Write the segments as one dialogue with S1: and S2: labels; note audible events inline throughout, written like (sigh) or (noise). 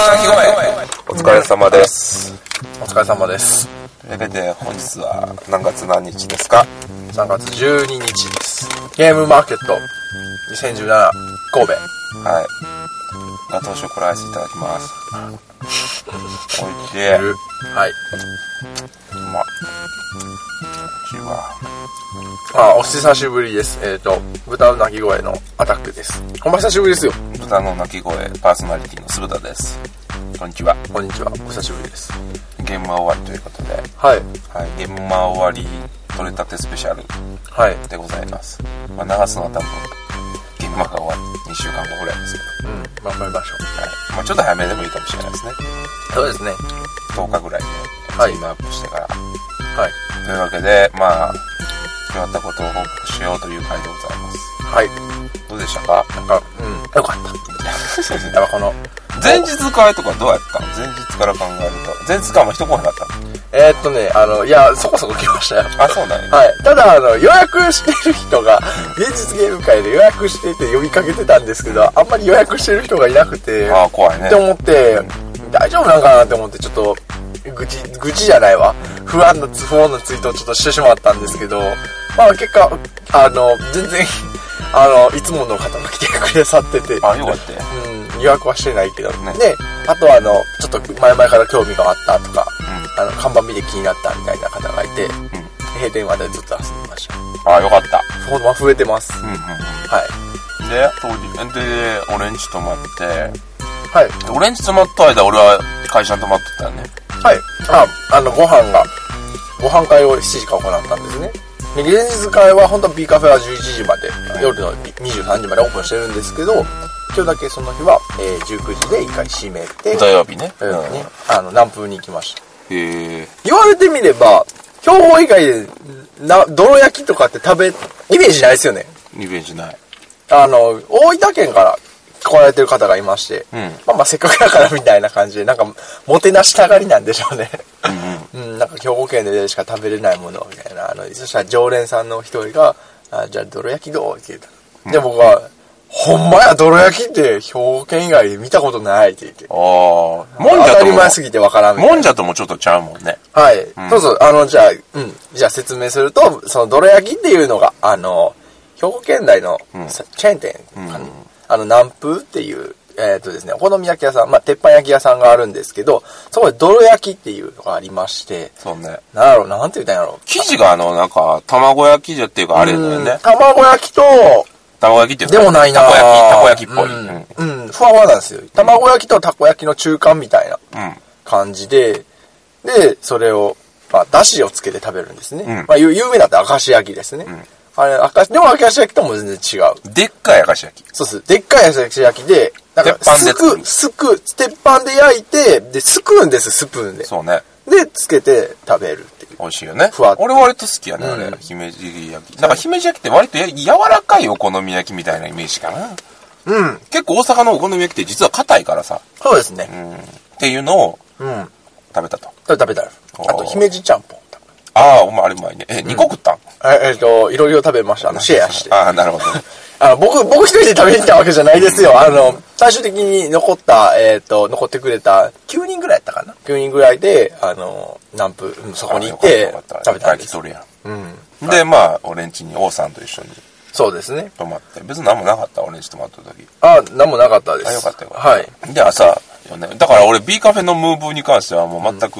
S1: あー、
S2: お疲れ様です。
S1: ひごい。お疲れ様です。
S2: というわけで、本日は何月何日ですか
S1: 3月12日です。ゲームマーケット2017神戸。
S2: はい。ガトーショコラアイスいただきます。おいしい。う
S1: はい。
S2: まっ。おいしいわ。
S1: あー、お久しぶりです。えっ、ー、と、豚の鳴き声のアタックです。ほんま久しぶりですよ。
S2: 豚の鳴き声、パーソナリティの酢豚です。こんにちは。
S1: こんにちは。お久しぶりです。
S2: ゲームは終わりということで、
S1: は
S2: は
S1: い。
S2: い、ゲームは終わり、取れたてスペシャル
S1: はい。
S2: でございます。まあ、流すのは多分、ゲームは終わり、2週間後ぐらいですけ
S1: うん。頑張りましょ
S2: ど、はい。まあ、ちょっと早めでもいいかもしれないですね。
S1: う。そうですね。
S2: 10日ぐらいで、
S1: はい
S2: チームアップしてから。
S1: はい。
S2: というわけで、まあ、決まったことを報告しようという回でございます。
S1: はい。
S2: どうでしたか
S1: なんか、うん。よか (laughs) った。やっぱこの、
S2: 前日からとかどうやったの前日から考えると。前日からも一声だったの
S1: えー、っとね、あの、いや、そこそこ来ましたよ。
S2: あ、そうだね。
S1: はい。ただ、あの、予約してる人が、現実ゲーム会で予約してて呼びかけてたんですけど、あんまり予約してる人がいなくて、
S2: ああ、怖いね
S1: って。思って、大丈夫なんかなって思って、ちょっと、愚痴、愚痴じゃないわ。不安な、不穏なツイートをちょっとしてしまったんですけど、まあ結果、あの、全然、あの、いつもの方が来てくださってて、
S2: あ、よかったよ。
S1: うん、予約はしてないけど、
S2: ね
S1: ね、あとはあの、ちょっと前々から興味があったとか、あの、看板見て気になったみたいな方がいて、
S2: うん。うん。
S1: 閉店までずっと遊んでました。
S2: ああ、よかった。
S1: ほんま増えてます。
S2: うんうん
S1: はい。
S2: うん。で、当時、で、俺んち泊まって、
S1: はい。
S2: で俺んち泊まった間、俺は会社に泊まってたよね。
S1: はい。あ、あの、ご飯が、ご飯会を7時から行ったんですね。で、現実会は本当は B カフェは11時まで、夜の23時までオープンしてるんですけど、今日だけその日は、えー19時で一回閉めて、
S2: 土曜日ね。
S1: うんね、あの、南風に行きました。
S2: へえ。
S1: 言われてみれば、標本以外で、な、泥焼きとかって食べ、イメージないですよね。
S2: リベンジない。
S1: あの、大分県から来られてる方がいまして、
S2: うん
S1: まあまあせっかくだからみたいな感じで、なんか、もてなしたがりなんでしょうね。うん、なんか兵庫県でしか食べれないものみたいな。あの、そしたら常連さんの一人が、あじゃあ泥焼きどうって言った。で、僕は、ほんまや、泥焼きって兵庫県以外で見たことないって言って。
S2: ああ。もんじ
S1: 当
S2: ゃ
S1: た
S2: と
S1: り
S2: も
S1: 前、すぎてわからんみたいな
S2: もんじゃともちょっとちゃうもんね。
S1: はい、
S2: ん
S1: そうそう。あの、じゃあ、うん。じゃあ説明すると、その、泥焼きっていうのが、あの、兵庫県内の、さチェーン店かな、あの、南風っていう、えっ、とですね、お好み焼き屋さん、まあ、鉄板焼き屋さんがあるんですけど、そこで泥焼きっていうのがありまして、
S2: そうね。
S1: なんやろう、なんて言ったんやろう。
S2: 生地があの、なんか、卵焼きじゃっていうか、あれだよ
S1: うん
S2: ね。
S1: 卵焼きと、
S2: 卵焼きっていう
S1: で
S2: か
S1: もないな
S2: たこ焼き、たこ焼きっぽい。うん。うん。
S1: うん、うん、ふわふわなんですよ。卵焼きとたこ焼きの中間みたいな感じで、で、それを、まあ、だしをつけて食べるんですね。
S2: ん
S1: まあ、ゆ有名だったら明石焼きですね。あれ、明石、でも明石焼きとも全然違う。
S2: でっかい明石焼き。
S1: そうっす。でっかい明石焼きで、なんか、
S2: 鉄板です作る
S1: く、すく、鉄板で焼いて、で、すくうんです、スプーンで。
S2: そうね。
S1: で、つけて食べるっていう。
S2: 美味しいよね
S1: ふわっ。と
S2: 俺割と好きやね、あ
S1: う
S2: れ
S1: ん。
S2: 姫路焼き。なんか姫路焼きって割とや柔らかいお好み焼きみたいなイメージかな。
S1: うん。
S2: 結構大阪のお好み焼きって実は硬いからさ。
S1: そうですね。
S2: うん。っていうのを
S1: うん。
S2: 食べたと。
S1: それ食べたら。あと、姫路ちゃんぽん。
S2: ああ、お前あれうまいね。え、2個食ったん
S1: ええっと、いろいろ食べました。あの、シェアして。
S2: ああ、なるほど。
S1: あの僕、僕一人で食べに行ったわけじゃないですよ。あの、最終的に残った、えっ、と、残ってくれた9人ぐらいやったかな ?9 人ぐらいで、あの、南部、うんそこに行って
S2: ああよかたよか
S1: 食
S2: ったい
S1: べたん
S2: っぱい
S1: で
S2: 来
S1: す
S2: と。るやん。
S1: うん。
S2: で、まあ、俺んちに王さんと一緒に
S1: そうですね。
S2: 泊まって、別に何もなかった、俺んち泊まった時。
S1: あ、なんもなかったです。
S2: あ、よかったよかった。
S1: はい。。
S2: で、朝、ね、だから俺 B カフェのムーブに関してはもう全く、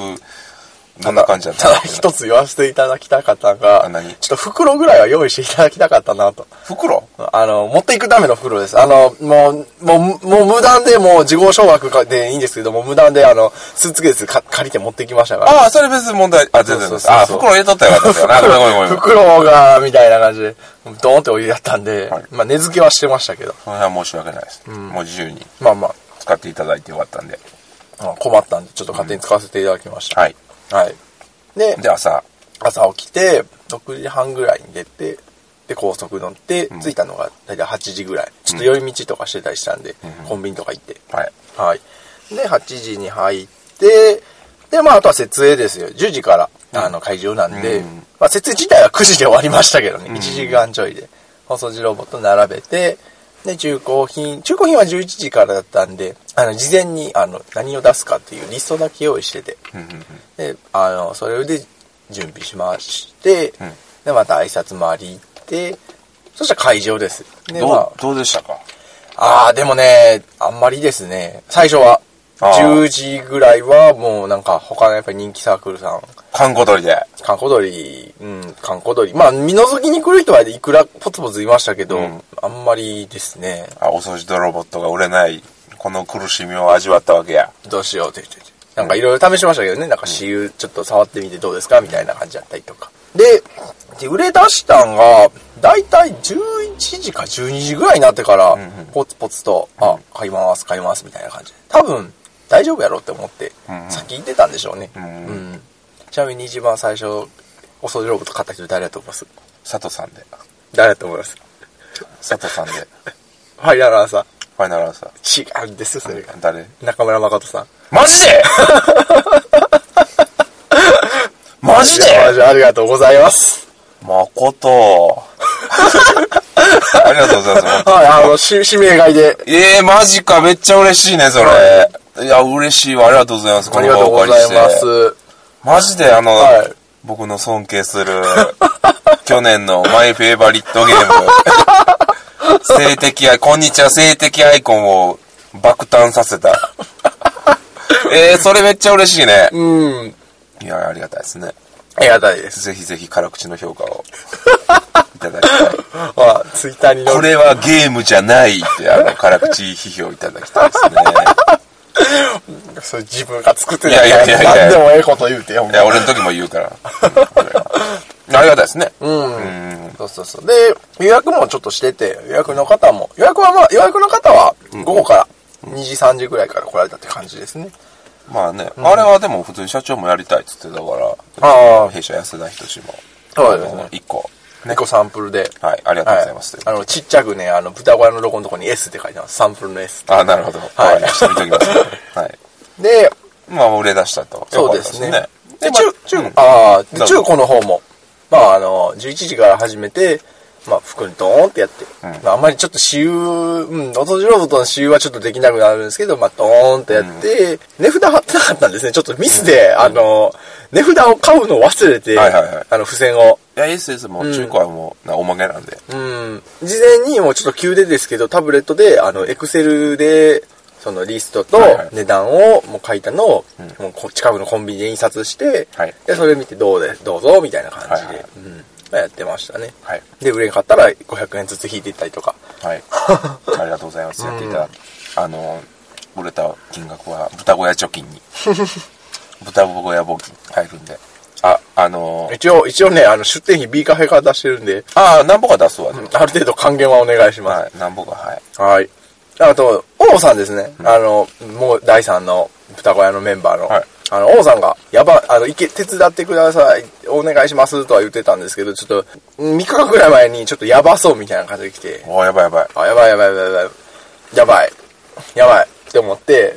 S2: どんな感じだった
S1: た
S2: の
S1: だ一つ言わせていただきたかったの
S2: あ
S1: が
S2: 何、
S1: ちょっと袋ぐらいは用意していただきたかったなと。
S2: 袋
S1: あの、持っていくための袋です。あの、もう、もう、もう無断で、もう、自業小学でいいんですけども、無断で、あの、スーツケースか借りて持ってきましたから。
S2: ああ、それ別に問題、あ、全然
S1: そ
S2: で
S1: うそうそう
S2: す。あ、袋入れとったらよかったですよな。ごめんごめんごめん。そ
S1: 袋が、みたいな感じで、ドーンってお湯やったんで、
S2: はい
S1: まあ、根付けはしてましたけど、
S2: の辺は申し訳ないです。もう自由に
S1: まあまあ、
S2: 使っていただいてよかったんで。
S1: まあ困ったんで、ちょっと勝手に使わせていただきました。
S2: はい。
S1: はい。で、
S2: で、朝、
S1: 朝起きて、6時半ぐらいに出て、で、高速乗って、着いたのが大体8時ぐらい。ちょっと寄り道とかしてたりしたんで、コンビニとか行って。
S2: はい。
S1: はい。で、8時に入って、で、まあ、あとは設営ですよ。10時から、あの、会場なんで、
S2: うん
S1: まあ、設営自体は9時で終わりましたけどね。1時間ちょいで。細字ロボット並べて、で、中古品、中古品は11時からだったんで、あの、事前に、あの、何を出すかっていうリストだけ用意してて、
S2: うんうんうん
S1: で、あの、それで準備しまして、
S2: ん
S1: で、また挨拶回り行って、そしたら会場です。で、
S2: ど
S1: まあ
S2: う、どうでしたか
S1: ああ、でもね、あんまりですね。最初は、
S2: あー
S1: 10時ぐらいはもうなんか他のやっぱり人気サークルさん、
S2: 観光鳥で。
S1: 観光鳥、うん、観光鳥。まあ、見覗きに来る人はいくらポツポツいましたけど、
S2: うん
S1: あんまりですね、
S2: あ、お掃除とロボットが売れない、この苦しみを味わったわけや。
S1: どうしようって言ってて。なんかいろいろ試しましたけどね、なんか私有ちょっと触ってみてどうですかみたいな感じだったりとか。で、で売れ出したんが、だいたい11時か12時ぐらいになってから
S2: んうん、
S1: ポツポツと、あ、買います、買います、みたいな感じで。多分、大丈夫やろって思って
S2: うんう、ん
S1: 先行ってたんでしょうね。
S2: んう
S1: うんちなみに一番最初、お掃除ロボット買った人誰だと思います
S2: 佐藤さんで。
S1: 誰だと思います
S2: 佐藤さんで。
S1: ファイナルアンサ
S2: ファイナルアンサ
S1: ー。違うんです、それが
S2: ー。。誰
S1: 中村誠さん。
S2: マジ (laughs) でマジで
S1: マジありがとうございます。
S2: 誠。 (laughs) ありがとうございます。
S1: はい、あの、し指名買いで。
S2: えー、マジか、めっちゃ嬉しいね、それ。、
S1: はい
S2: や、嬉しいわ、ありがとうございます、
S1: ありがとうございます。
S2: マジで、あの、
S1: はい
S2: 僕の尊敬する、 (laughs) 去年のマイフェイバリットゲーム、
S1: (laughs)
S2: 性的アイ、こんにちは、性的アイコンを爆誕さ
S1: (laughs)
S2: せた。えー、それめっちゃ嬉しいね。
S1: うん。
S2: いや、ありがたいですね。
S1: ありがたいです。
S2: ぜひぜひ、辛口の評価を (laughs) いただきたい。
S1: あ、ツイッターに載
S2: これはゲームじゃないって、あの、辛口批評いただきたいですね。
S1: それ自分が作ってない
S2: いやいやいやいや
S1: 何でもええこと言うてよ。ほん
S2: い
S1: ま
S2: や、俺の時も言うから。うん俺はありがたいですね。うん。
S1: そうそうそう。で、予約もちょっとしてて、予約の方も、予約はまあ、予約の方は午後から2時3時ぐらいから来られたって感じですね。
S2: まあね、あれはでも普通に社長もやりたいっつってたから、
S1: ああ
S2: 弊社安田仁も。
S1: そうですね
S2: 1個。
S1: 2個サンプルで。
S2: はい、ありがとうございます。
S1: あの、ちっちゃくね、あの、豚小屋のロゴのとこに S って書いてます。サンプルの S。
S2: あ、なるほど。
S1: い
S2: はい、してみときます。はい。
S1: で、
S2: まあ、売れ出したと。
S1: そうですね
S2: よかった。で
S1: で、
S2: まあ
S1: 中、中、
S2: うん
S1: ああ、
S2: ど
S1: で
S2: うぞ
S1: 中古の方も、まあ、あの、11時から始めて、まあ、服にドーンってやって、
S2: ん
S1: まあ、あんまりちょっと私有、うん、おとじロボットの私有はちょっとできなくなるんですけど、まあ、ドーンってやって、値札貼ってなかったんですね。ちょっとミスで、あの、値札を買うのを忘れて、
S2: はいはいはい
S1: あの、付箋を。
S2: いや、SS も中古はもう、なおまけなんで。
S1: うん、事前にもうちょっと急でですけど、タブレットで、あの、エクセルで、そのリストと
S2: はいはい
S1: 値段をもう書いたのを、もうこ近くのコンビニで印刷して、
S2: はい
S1: で、それ見てどうで、どうぞ、みたいな感じで、
S2: はいはい
S1: うんまあやってましたね。
S2: はい。
S1: で、売れんかったら500円ずつ引いていったりとか。 (laughs)
S2: はい。ありがとうございます。やっていただいて、あの、売れた金額は豚小屋貯金
S1: (laughs)
S2: に。豚小屋募金入るんで。あ、あの、
S1: 一応、一応ね、あの、出店費 B カフェから出してるんで、
S2: ああ、なんぼか出すわ、でも
S1: ある程度還元はお願いします。
S2: はい、なんぼか、はい。
S1: はい。あと、王さんですね。あの、もう第3の豚小屋のメンバーの。
S2: はい
S1: あの、王さんが、やば、あの、いけ、手伝ってください、お願いしますとは言ってたんですけど、ちょっと、3日間ぐらい前に、ちょっとやばそうみたいな感じで来て、
S2: おーやばいやばい。
S1: あ、やばいやばいやばいやばい、やばい、やばいって思って、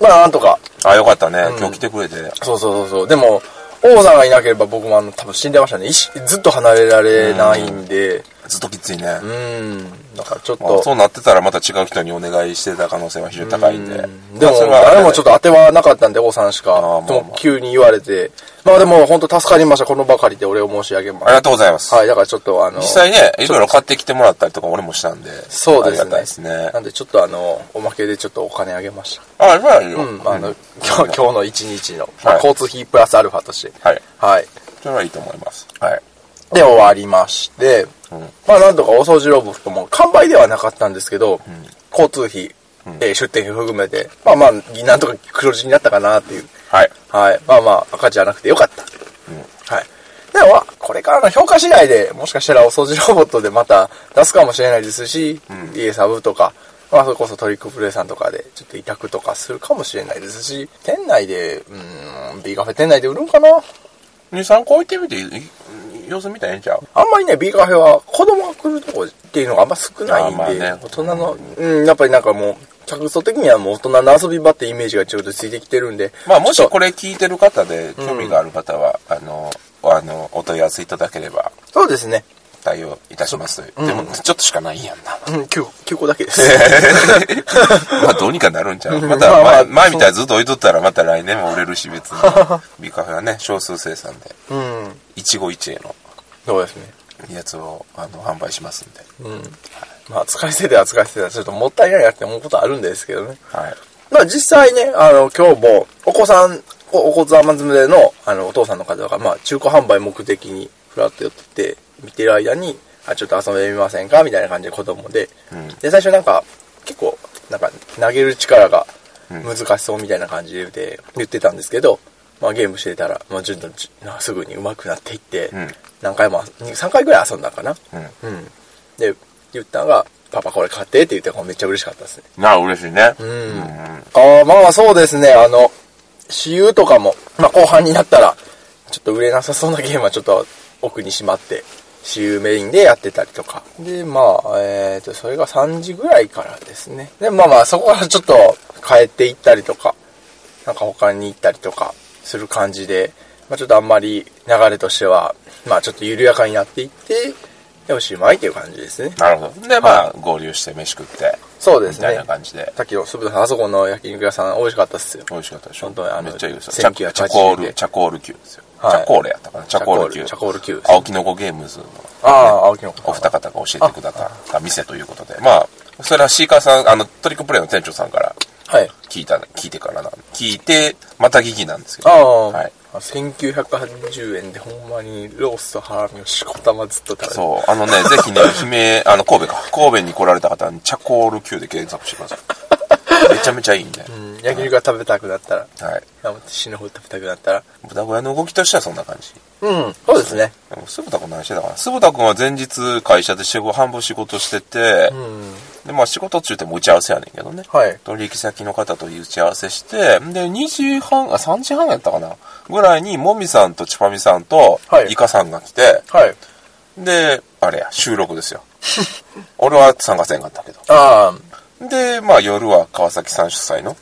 S1: まあ、なんとか、
S2: あ、よかったね。今日来てくれて。
S1: そうそうそうそう。でも、王さんがいなければ僕もあの、多分死んでましたね。一ずっと離れられないんで、
S2: ずっときついね。
S1: うーん、なんかちょっ
S2: まあ
S1: と、
S2: そうなってたらまた違う人にお願いしてた可能性は非常に高いんで。
S1: で
S2: まあ
S1: も、
S2: それは
S1: 誰もちょっと当てはなかったんで、王さんしか。
S2: ああまあまあ
S1: でも、急に言われて。まあでも、本当助かりました。このばかりで俺を申し上げ
S2: あ
S1: ま
S2: り
S1: す。
S2: がとうございます。
S1: はい、だからちょっとあの、
S2: 実際ね、いろいろ買ってきてもらったりとか俺もしたんで。
S1: そうです
S2: ありがたいですね
S1: ね。。なんで、ちょっとあの、おまけでちょっとお金あげました。
S2: あ、やばいよ。
S1: うん、あの、今日今日の一日の、まあ
S2: はい
S1: 交通費プラスアルファとして。
S2: はい。
S1: はい。
S2: それはいいと思います。はい。
S1: で、終わりまして、
S2: ん
S1: まあ、なんとかお掃除ロボットも完売ではなかったんですけど、交通費、えー出店費含めて、まあまあ、なんとか黒字になったかなっていう。
S2: はい。
S1: はい。まあまあ、赤字じゃなくてよかった。はい。でもまあ、これからの評価次第で、もしかしたらお掃除ロボットでまた出すかもしれないですし、家サブとか、まあ、それこそトリックプレイさんとかで、ちょっと委託とかするかもしれないですし、店内で、うーん、B カフェ店内で売るんかな
S2: 2、3個置いてみていい、様子見たらええんちゃう
S1: あんまりね、B カフェは子供が来るとこっていうのがあんま少ないん
S2: あまあ
S1: で、
S2: ね
S1: 大人の、うん、やっぱりなんかもう、客層的にはもう大人の遊び場ってイメージがちょっとついてきてるんで、
S2: まあも
S1: ちょ
S2: し
S1: っと
S2: これ聞いてる方で興味がある方は、あの、あの、お問い合わせいただければ。
S1: そうですね。
S2: 対応いたしますという。でも、ちょっとしかない
S1: (laughs)
S2: やんな。
S1: うん、9, 9個
S2: (laughs)
S1: だけです。
S2: まあ、どうにかなるんち
S1: (laughs)
S2: ゃう
S1: うん
S2: また、
S1: まあま
S2: 前
S1: あ
S2: 前みたいにずっと置いとったら、また来年も売れるし、別
S1: (laughs)
S2: に。ビカフェはね、少数生産で、
S1: うん。
S2: 一期一会の
S1: そうですね。
S2: やつを、あの、販売しますんで。
S1: うん。まあ、使い捨てでは使い捨てではちょっともったいないなって思うことあるんですけどね。
S2: はい。
S1: まあ実際ね、あの、今日も、お子さん、おお子様連れの、あの、お父さんの方が、まあ中古販売目的に、ふらっと寄ってて、見てる間に、あ、ちょっと遊んでみませんかみたいな感じで子供で、
S2: うん
S1: で、最初なんか、結構、なんか、投げる力が難しそうみたいな感じでで言ってたんですけど、まあゲームしてたら、まあ順とすぐに上手くなっていって、
S2: うん
S1: 何回も、3回ぐらい遊んだんかな。
S2: うん。
S1: うん。で、言ったのが、パパこれ買ってって言って、これめっちゃ嬉しかったですね。
S2: なあ、嬉しいね。うんん。
S1: ああ、まあそうですね、あの、私有とかも、まあ後半になったら、ちょっと売れなさそうなゲームはちょっと奥にしまって、私有メインでやってたりとか。で、まあ、えっ、と、それが3時ぐらいからですね。で、まあまあ、そこからちょっと変えていったりとか、なんか他に行ったりとかする感じで、まあちょっとあんまり流れとしては、まあちょっと緩やかになっていって、でおしまいっていう感じですね。
S2: なるほど。で、まあ、合流して飯食って、
S1: そうで
S2: み
S1: す
S2: たい
S1: ね
S2: な。感じで。
S1: さっきの、すぶさん、あそこの焼肉屋さん美味しかったっすよ。
S2: 美味しかったでしょ
S1: 本当にあの
S2: めっちゃいいですよ。チャ
S1: 1980
S2: チャコール、チャコール級ですよ。
S1: はい
S2: チャコールやったかなチャコール級。
S1: チャコール級です
S2: 青木の子ゲームズの
S1: ああ、青木の子
S2: お二方が教えてくださった店ということで。まあ、それはシーカーさん、あの、トリックプレイの店長さんから
S1: はい。
S2: 聞いた、聞いてからな。聞いて、また聞きなんですけ
S1: あ
S2: ど。
S1: あ、
S2: はい
S1: 1980円でほんまにロースとハラミをしこたまずっと食べて。
S2: そう、
S1: (laughs)
S2: あのね、ぜひね、姫、あの、神戸か。神戸に来られた方は、チャコール級で検索してください。めちゃめちゃいいんで。
S1: うん焼肉が食べたくなったら、
S2: はい。
S1: 頑張って死ぬほど食べたくなったら。
S2: 豚小屋の動きとしてはそんな感じ。
S1: うん、そうですね。
S2: でも、ぶたくん何してたかなすぶたくんは前日会社で仕事、半分仕事してて、
S1: うん。
S2: で、まあ仕事中っても打ち合わせやねんけどね。
S1: はい。
S2: 取引先の方と打ち合わせして、で、2時半、あ、3時半やったかなぐらいに、もみさんとちぱみさんと
S1: は、い
S2: イカさんが来て、
S1: はい。
S2: で、あれや、収録ですよ。
S1: (laughs)
S2: 俺は参加せんかったけど。
S1: ああ、
S2: で、まあ夜は川崎さん主催の、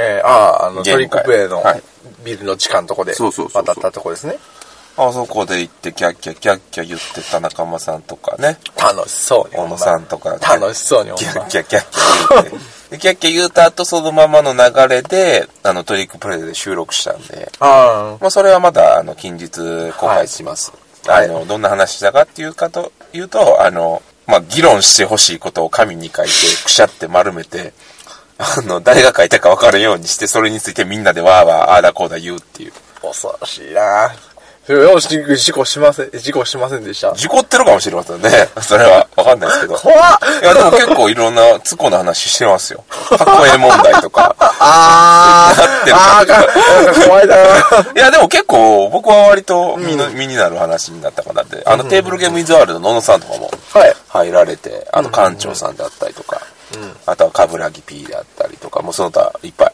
S1: えー、ああ、あの、
S2: ゲー
S1: ト
S2: ム
S1: リッ
S2: 会
S1: クプレイの
S2: はい
S1: ビルの地下のとこで、
S2: そうそうそうそう
S1: 渡ったとこですね。
S2: あそこで行ってキャッキャキャッキャ言ってた仲間さんとかね、
S1: 楽しそうに。
S2: 小
S1: ほ
S2: 野
S1: ま
S2: さんとか、
S1: 楽しそうに、ほ
S2: キャ
S1: ん
S2: ッ
S1: ま。
S2: キャキャッキャ言って。で、キャッキャ言うた後、そのままの流れで、あの、トリックプレイで収録したんで、
S1: ああ、
S2: まあ、それはまた、あの、近日公開します。
S1: はい
S2: あの、どんな話したかっていうかと、いうと、あの、まあ、議論してほしいことを紙に書いて、くしゃって丸めて、あの、誰が書いたか分かるようにして、それについてみんなでわーわー、ああだこうだ言うっていう。
S1: 恐ろしいなそれよし、事故しません、事故しませんでした。
S2: 事故ってるかもしれませんね。 (laughs) それは分かんないですけど。
S1: 怖っ
S2: いや、でも結構いろんな、ツコな話してますよ。箱絵問題とか。
S1: あー、あーか、なんか怖いな
S2: いや、でも結構、僕は割と身の、身になる話になったかなって。あの、テーブルゲームイズワールドの野野さんとかも
S1: はい。
S2: 入られて、あの、館長さんであったりとか、あとは、カブラギ P であったりとか、もうその他、いっぱい。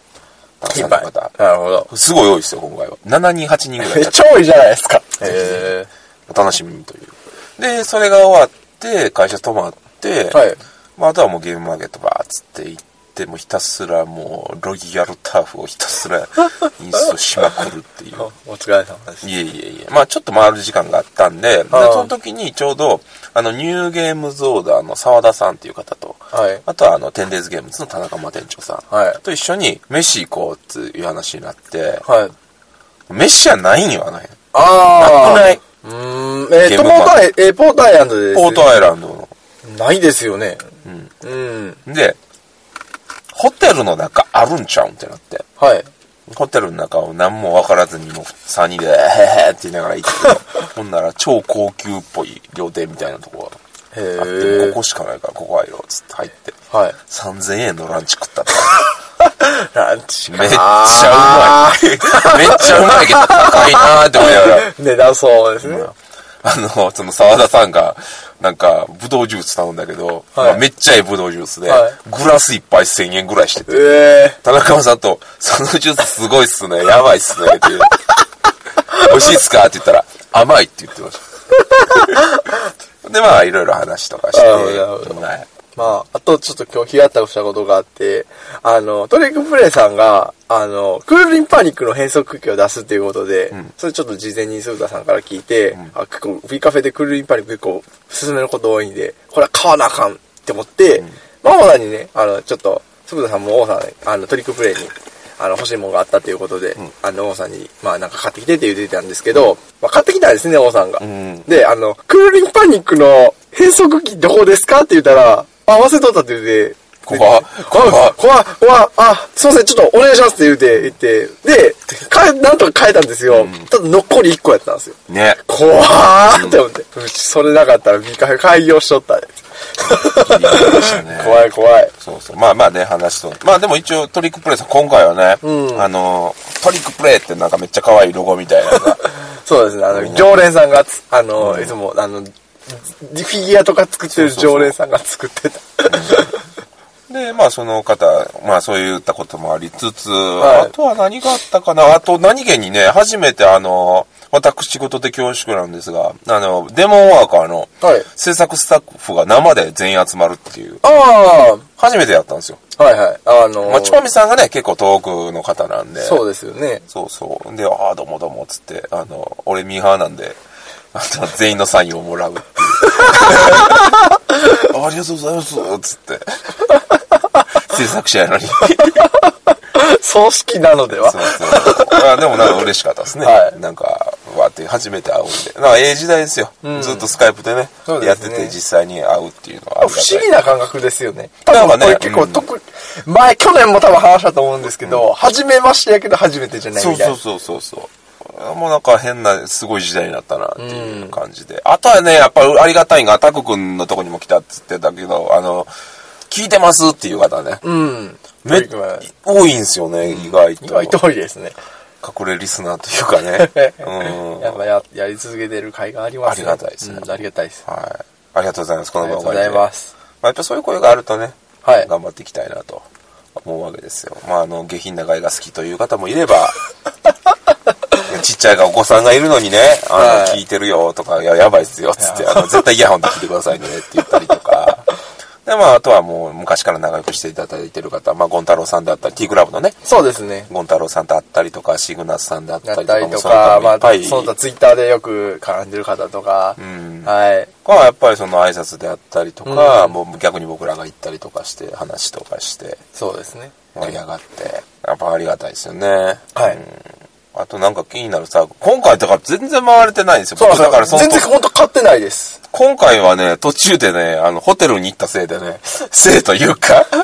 S2: たくさんの方。
S1: なるほど。
S2: すごい多いですよ、今回は。7人、8人ぐらいだっ
S1: え、
S2: た。
S1: 超いいじゃないですか。
S2: えお楽しみにという。で、それが終わって、会社泊まって、
S1: はい
S2: まあ、あとはもうゲームマーケットバーっつって行って、もうひたすらもう、ロギアルターフをひたすらインストしまくるっていう。
S1: お疲れ様です。
S2: いえいえいえ。まあちょっと回る時間があったんで、でそ
S1: あー
S2: の時にちょうど、あの、ニューゲームズオーダーの沢田さんっていう方と、
S1: はい
S2: あとはあの、テンデイズゲームズの田中間店長さん、
S1: はい
S2: と一緒に飯行こうっていう話になって、
S1: はい。
S2: 飯はないんよ、あの辺。
S1: あー。
S2: ない。
S1: うーん、え
S2: ゲ
S1: ー
S2: ーム
S1: と、
S2: マ
S1: ポ
S2: ン
S1: ートアイ、えーポートアイランドです。
S2: ポートアイランドの。
S1: ないですよね。うん。
S2: で、ホテルの中あるんちゃうんってなって。
S1: はい。
S2: ホテルの中を何も分からずにもう3人で、へへへって言いながら行って、ほんなら超高級っぽい料亭みたいなとこが
S1: へ
S2: あって、
S1: ー
S2: ここしかないからここ入ろうっつって入って、
S1: はい。
S2: 3000円のランチ食ったって。
S1: ランチ
S2: めっちゃうま (laughs) い。 (laughs) めっちゃうまいけど高いなーって思いな
S1: (laughs)
S2: がら。
S1: うまい。値段そうですね。
S2: あの、その沢田さんが、なんか、ブドウジュース頼んだけど、
S1: は
S2: ま
S1: い
S2: あめっちゃええブドウジュースで、
S1: はい
S2: グラス一杯1000円ぐらいしてて
S1: え
S2: 田中さんと、そのジュースすごいっすね、やばいっすね、っていう。 (laughs) 美味しいっすかって言ったら、甘 (laughs) いって言ってました。で、まあ、いろいろ話とかして、
S1: なるほどなるほ
S2: はい
S1: まあ、あとちょっと今日ヒヤッとしたことがあって、あの、トリックプレイさんが、あの、クールリンパニックの変則空気を出すっていうことで、それちょっと事前に鈴田さんから聞いて、あ、結構、フィカフェでクールリンパニック結構、進めること多いんで、これは買わなあかんって思って、まあ、まだにね、あの、ちょっと、鈴田さんも王さん、あの、トリックプレイに、あの、欲しいものがあったということで、あの、王さんに、まあ、なんか買ってきてって言ってたんですけど、まあ、買ってきたんですね、王さんが。
S2: ん
S1: で、あの、クールリンパニックの変速機どこですかって言ったら、あ、忘れとったって言って、
S2: 怖っ
S1: 怖
S2: 怖っ
S1: 怖っ怖っあ、すいません、ちょっとお願いしますって言って、言って、で、かえ、なんとか変えたんですよ。ただ残り1個やったんですよ。
S2: ね。
S1: 怖ーって思って、うちそれなかったら3日開業しとったで
S2: いいでしたね
S1: 怖い怖い。
S2: そうそう。まあまあね、話と。まあでも一応トリックプレイさん、今回はね、あの、トリックプレイってなんかめっちゃ可愛いロゴみたいなの
S1: (laughs)
S2: が
S1: そうですね、あの、常連さんがつ、あの、いつも、あの、フィギュアとか作ってる
S2: そうそうそう
S1: 常連さんが作ってた。
S2: で、まあその方、まあそういったこともありつつ、
S1: い
S2: あとは何があったかな。あと何気にね、初めてあの、私仕事で恐縮なんですが、あの、デモンワーカーの
S1: はい
S2: 制作スタッフが生で全員集まるっていう、
S1: あ
S2: 初めてやったんですよ。
S1: あはいはい。あの
S2: まあ、ちばみさんがね、結構遠くの方なんで。
S1: そうですよね。
S2: そうそう。で、ああ、どうもどうも、つって、あの、俺ミーハーなんで、あの、全員のサインをもらう (laughs) っていう。あありがとうございます、つって。制作者やのに。そう
S1: 葬式なのでは
S2: そう。あでもなんか嬉しかったですね。
S1: はい
S2: なんか、わーって初めて会うんで。なんかええ時代ですよ。ずっとスカイプでね
S1: そうで
S2: やっ
S1: すね
S2: てて実際に会うっていうのはあり
S1: 不
S2: がたい
S1: 思議な感覚ですよね。多
S2: なんか
S1: 分
S2: ね
S1: これ結構
S2: うん
S1: 特、前、去年も多分話したと思うんですけど、初めましてやけど初めてじゃない
S2: そう
S1: みたい
S2: そう
S1: な。
S2: そうそうそう。もうなんか変な、すごい時代になったなっていう感じで。あとはね、やっぱりありがたいんが、タク君のとこにも来たっつってたけど、あの、聞いてますっていう方ね。
S1: うん。
S2: めっ多いんですよね、意外と。
S1: 今言っていですね。。
S2: 隠れリスナーというか (laughs) ねうん。
S1: やっぱややり続けてる甲斐がありますね
S2: ありがたいですね
S1: うんありがたいです。
S2: はい。ありがとうございます、こ
S1: あ
S2: の
S1: りが
S2: 番
S1: とう
S2: 組
S1: ございます。
S2: まあ、やっぱそういう声があるとね、
S1: はい
S2: 頑張っていきたいなと思うわけですよ。まあ、あの、下品なガイが好きという方もいれ
S1: (laughs)
S2: ば、いやちっちゃいお子さんがいるのにね、あの、
S1: はい
S2: 聞いてるよとか、いや、やばいっすよ、つって、あの、絶対イヤホンで聞いてくださいねって言ったりとか。で、まあ、あとはもう、昔から仲良くしていただいてる方、まあ、ゴン太郎さんであったり、T クラブのね、
S1: そうですね。
S2: ゴン太郎さんだったりとか、シグナスさんだっ
S1: だ
S2: た
S1: っ
S2: りとか
S1: たり
S2: も
S1: と
S2: その他も
S1: か、ま
S2: いっぱ
S1: あ、
S2: い、
S1: その他ツイッターでよく絡んでる方とか、
S2: ん
S1: はい。
S2: がやっぱりその挨拶であったりとか、もう逆に僕らが行ったりとかして、話とかして、
S1: そうですね。
S2: 盛り上がってやっぱありがたいですよねは
S1: はい
S2: あとなんか気になるさ今回だから全然回れてないんですよ
S1: そう
S2: 僕だからその
S1: 全然本当買ってないです。
S2: 今回はね途中でねあのホテルに行ったせいでね (laughs) せいというか (laughs)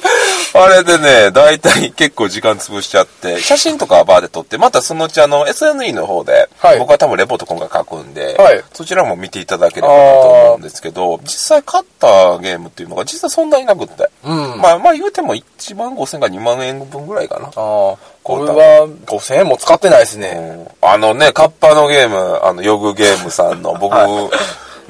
S2: あれでね大体結構時間潰しちゃって写真とかはバーで撮ってまたそのうちあの SNE の方で、
S1: はい
S2: 僕は多分レポート今回書くんで、
S1: はい
S2: そちらも見ていただければなと思うんですけど実際勝ったゲームっていうのが実際そんなになくって、
S1: うん
S2: まあまあ言うても1万5000か2万円分ぐらいかな
S1: ああ、こ
S2: こ
S1: れ
S2: れ
S1: は5000円も使ってないですね。
S2: あのね、カッパのゲーム、あの、ヨグゲームさんの、僕、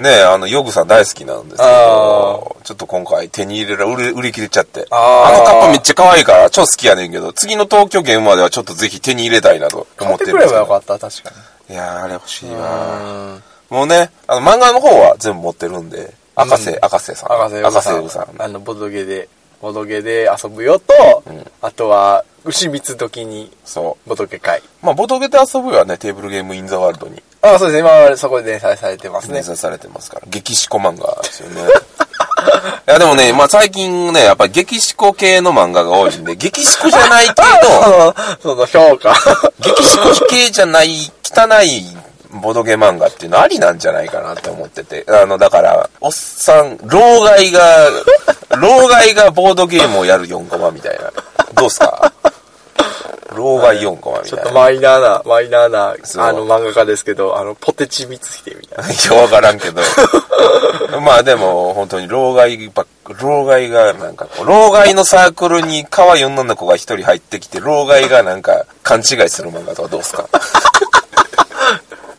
S2: ね、あの、ヨグさん大好きなんですけ
S1: あ
S2: ど、ちょっと今回手に入れら、売れ売り切れちゃって。
S1: あ
S2: あ
S1: ー
S2: のカッパめっちゃ可愛いから、超好きやねんけど、次の東京ゲームまではちょっとぜひ手に入れたいなと
S1: 買
S2: 思
S1: っ
S2: ってて
S1: く
S2: るん
S1: れ
S2: です
S1: ばよ
S2: よ
S1: かった、確かに。
S2: いやー、あれ欲しいわ。
S1: うん。
S2: もうね、あの、漫画の方は全部持ってるんで、赤瀬、赤瀬さん。
S1: 赤瀬ヨ
S2: 赤
S1: コさ
S2: 瀬
S1: ん。
S2: ヨグさん。
S1: あの、ボドゲで、ボドゲで遊ぶよと、あとは、牛蜜時に、
S2: そ
S1: ボドゲ会。
S2: う。まあ、ボトゲで遊ぶよはね、テーブルゲームインザワールドに
S1: ああ、そうですね。今はそこで連載されてますね
S2: 連。載されてますから。激しこ漫画ですよね。 (laughs) いやでもね、まあ最近ね、やっぱり激しこ系の漫画が多いんで、激しこじゃないけ
S1: (laughs)
S2: ど、
S1: あの、その評価。
S2: 激しこ系じゃない、汚いボドゲ漫画っていうのありなんじゃないかなって思ってて。あの、だから、おっさん、老害が、
S1: (laughs)
S2: 老害がボードゲームをやる4コマみたいな。どうすか老害4コマみ
S1: (laughs) ち
S2: た
S1: ょ
S2: い
S1: っ
S2: な。
S1: とマイナーな、マイナーな、
S2: そう
S1: あの、漫画家ですけど、あの、ポテチ光秀
S2: (laughs)
S1: みたいな。
S2: いや、わからんけど。まあでも、本当に、老害ばっか、老害が、なんかこう、老害のサークルに可愛い女の子が一人入ってきて、老害がなんか、勘違いする漫画とかどうすか (laughs)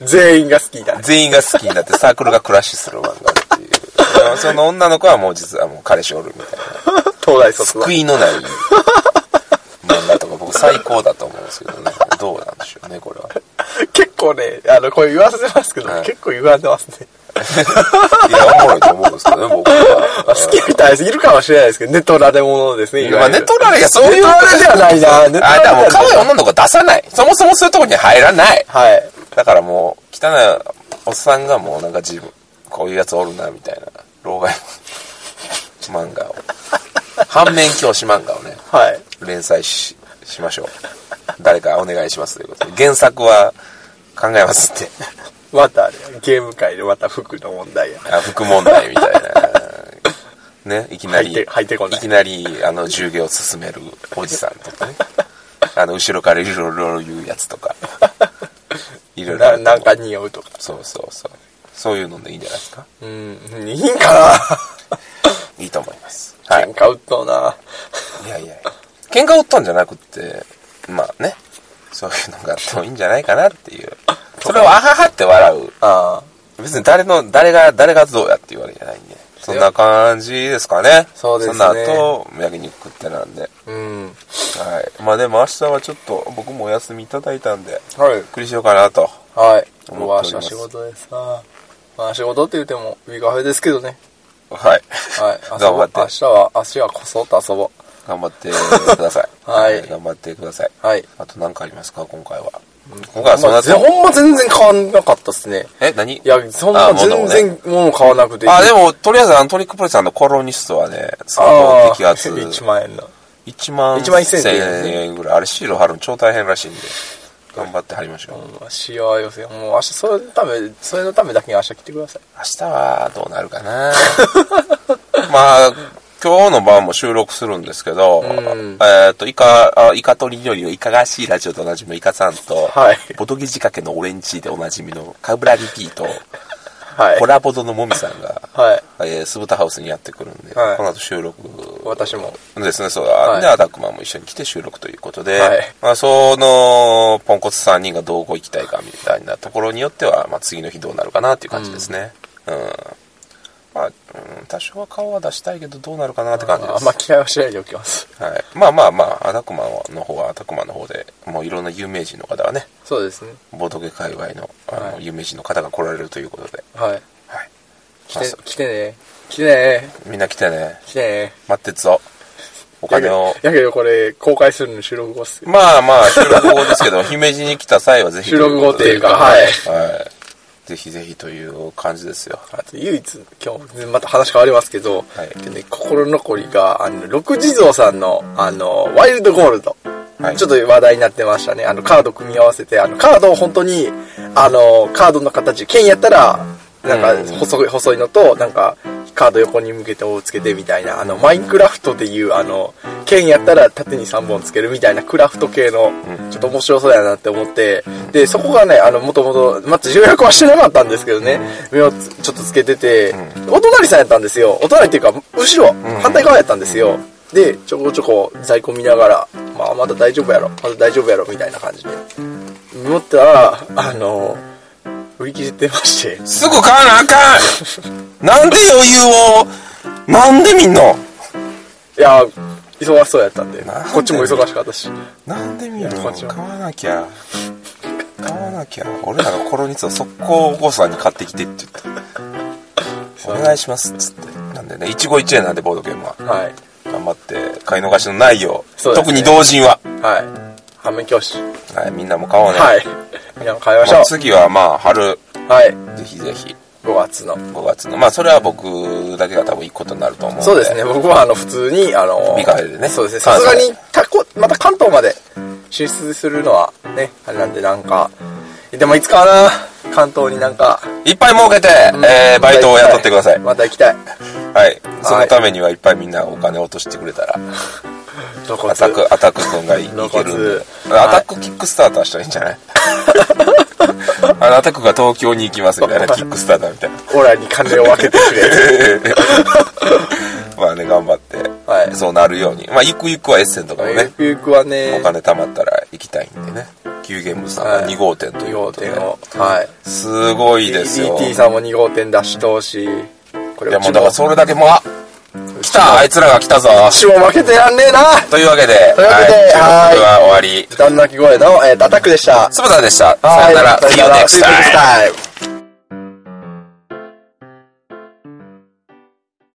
S1: 全員が好きだね。
S2: 全員が好きになってサークルがクラッシュする漫画っていうまあ。その女の子はもう実はもう彼氏おるみたいな。
S1: (laughs) 東大卒は
S2: 救。いのない漫画とか僕最高だと思うんですけどね。どうなんでしょうね、これは。
S1: 結構ね、あの、これ言わせてますけど、
S2: はい
S1: 結構言われてますね。
S2: いや、おもろいと思うんですけどね、僕は。
S1: 好きな人はいすぎるかもしれないですけど、ネトラでものですね。いわゆる
S2: まあ、ネットラいや、そういう。
S1: ネトラではないな。ネトラ
S2: あ、だ
S1: で
S2: からもう
S1: は
S2: 可愛
S1: ない
S2: い女の子出さない。そもそもそういうとこには入らない。
S1: はい。
S2: だからもう、汚いおっさんがもうなんか自分、こういうやつおるな、みたいな、老害の漫画を。反面教師漫画をね、
S1: はい。
S2: 連載し、しましょう。誰かお願いしますということで。原作は考えますって。
S1: また、ゲーム界でまた服の問題や。
S2: あ服問題みたいな。ね、いきなり、
S1: 入って入ってこない
S2: きなり、あの、従業を進めるおじさんとか
S1: (laughs)
S2: ね。あの、後ろからいろいろ言うやつとか。いろいろあ
S1: な
S2: ると思
S1: な
S2: うん
S1: か匂うとか。
S2: そうそうそう。そういうのでいいんじゃないですか。
S1: うん、いいんか
S2: いいと思います。
S1: な、
S2: はい
S1: 喧。嘩売っとうな。
S2: いやいや。喧嘩売ったんじゃなくって、まあね。そういうのがあってもいいんじゃないかなっていう。それをあははって笑う。
S1: ああ、
S2: 別に誰の、誰が、誰がどうやって言われじゃないんで。そんな感じですかね。
S1: そうですね
S2: その後、焼肉ってなんで。
S1: うん。は
S2: はい。まあでも明日はちょっと僕もお休みいただいたんで、
S1: い
S2: ゆっ。くりしようかなと。
S1: は
S2: 思っ
S1: い。
S2: ており
S1: わ
S2: ま
S1: し
S2: す
S1: は仕事でさ。まあ仕事って言っても、ウィカフェですけどね。
S2: (laughs) はい。
S1: はい。遊ぼう
S2: 頑張って
S1: 明日は、足はこそっと遊ぼ
S2: 頑張ってください。
S1: (laughs) はい
S2: 頑張ってください。
S1: う。はい。
S2: あと何かありますか今回は。今回はそん
S1: ま
S2: な
S1: あ、ぜほんま全然変わんなかったっすね。
S2: え、何
S1: いや、そんな
S2: あ物を
S1: 全
S2: ね
S1: 然物買わなくて。
S2: あ、でも、とりあえずあのトリックプレイさんのコロニストはね、相
S1: あ
S2: 当
S1: あ、
S2: 激ア
S1: (laughs)
S2: ツ。
S1: 1万円の。
S2: 1万
S1: 1万1000
S2: 1000円ぐらい。あれシール貼るの超大変らしいんで、頑張って貼りましょう。
S1: まあ、しわ寄せ。もう明日、それのため、それのためだけに明日来てください。
S2: 明日はどうなるかな (laughs) まあ今日の晩も収録するんですけど、
S1: ん
S2: えっ、と、イカ、あイカとり料理をイカがしいラジオとおなじみのイカさんと、
S1: はい
S2: ボトゲ仕掛けのオレンジでおなじみのカブラリピーと、
S1: はい
S2: コ。ラボドのもみさんが、
S1: はい。
S2: えー、酢豚ハウスにやってくるんで、
S1: はい
S2: この後収録
S1: 私も。
S2: ですね、そう
S1: い
S2: で、アタックマンも一緒に来て収録ということで、
S1: はい
S2: まあ、その、ポンコツ3人がどうこう行きたいかみたいなところによっては、まあ、次の日どうなるかなっていう感じですね。うん。まあ、うん、多少は顔は出したいけど、どうなるかなって感じで
S1: あん
S2: す。
S1: ま期待はしないでおきます。
S2: はい、まあまあまあ、アタックマンの方はアタックマンの方で、もういろんな有名人の方がね、
S1: そうですね。
S2: ボトゲ界隈のあの、
S1: はい
S2: 有名人の方が来られるということで、
S1: はい。
S2: はい。
S1: 来
S2: まあそ
S1: て、来てね。来てね。
S2: みんな来てね、
S1: 来てね。
S2: 待ってっぞ。お金を
S1: やけ。やけどこれ、公開するの収録後っすよ。
S2: まあまあ、収録後ですけ
S1: (laughs)
S2: ど、姫路に来た際はぜひ。
S1: 収録後っていうかはい
S2: はい。ぜひぜひという感じですよ。
S1: あと唯一、今日、また話変わりますけど、
S2: はい
S1: けどね、心残りが、あの、六地蔵さんの、あの、ワイルドゴールド。
S2: はい
S1: ちょっと話題になってましたね。あの、カード組み合わせて、あの、カードを本当に、あの、カードの形、剣やったら、なんか
S2: うん、
S1: 細い、細いのと、なんか、カード横に向けてをつけてみたいな、あの、マインクラフトでいう、あの、剣やったら縦に3本つけるみたいなクラフト系の、ちょっと面白そうやなって思って、で、そこがね、あの、もともと、まず予約はしてなかったんですけどね、目をつちょっとつけてて、お隣さんやったんですよ。お隣っていうか、後ろ、反対側やったんですよ。で、ちょこちょこ在庫見ながら、まあ、まだ大丈夫やろ、まだ大丈夫やろ、みたいな感じで。思ったら、あの、売り切れてまして、
S2: すぐ買わなあかんなんで余裕をなんでみんな。
S1: いや、忙しそうやったんで
S2: なんで、
S1: こっちも忙しかったし。
S2: なんでみんない
S1: やこっち
S2: 買
S1: は
S2: わなきゃ。買わなきゃ。俺らがコロニツを速攻お子さんに買ってきてって言って。お願いしますっつって。なんでね、一期一会なんで、ボードゲームは。
S1: はい。
S2: 頑張って、買い逃しのないよう。
S1: そうです
S2: 特
S1: ね
S2: に同人は。
S1: はい。反面教師。
S2: はい、みんなも買おうね。
S1: はい。みんなも変えまし
S2: まあ
S1: ょ
S2: 次はまあ、春。
S1: う。はい。
S2: ぜひぜひ
S1: 5月の。
S2: 5月のまあそれは僕だけが多分行くことになると思うんで
S1: そうですね。僕はあの、普通に、あの、
S2: ビカフェでね
S1: そうですね。さ
S2: 関
S1: す
S2: 西
S1: がに、たこ、また関東まで進出するのはね、あれなんでなんか、でもいつかはな、関東になんか、
S2: いっぱい儲けて、えーバイトを雇ってください
S1: また行きたい。
S2: はいそのためにはいっぱいみんなお金落としてくれたら、
S1: どこ
S2: アタックアタック君がい
S1: 露
S2: いけ
S1: 骨
S2: るんで
S1: はい
S2: アタックキックスターターしたらいいんじゃ
S1: (laughs)
S2: ないあのアタックが東京に行きますみ
S1: (laughs)
S2: たいなキックスターターみたいな
S1: オラに金を分けてく
S2: (laughs)
S1: れ。
S2: まあね頑張って、
S1: はい
S2: そうなるようにまあゆくゆくはエッセンとかも
S1: ゆ
S2: ね
S1: くゆくはね、
S2: お金貯まったら行きたいんでね旧ゲームズさんの2号店とい
S1: 2
S2: うこ
S1: 号
S2: とで、
S1: 店を。はい。
S2: すごいですよ
S1: ET さんも2号店出してほしい。こ
S2: い
S1: れ
S2: やもうだからそれだけもうあ
S1: う
S2: 来
S1: ちも
S2: たあいつらが来たぞ
S1: うちも負けてらんねえな
S2: というわけで
S1: というわけ
S2: はい
S1: ではい
S2: 収録は終わり
S1: 豚の鳴き声の、えー、アタックでした。
S2: 坪田でしたさよなら
S1: はい
S2: See you next
S1: See you
S2: time
S1: next time.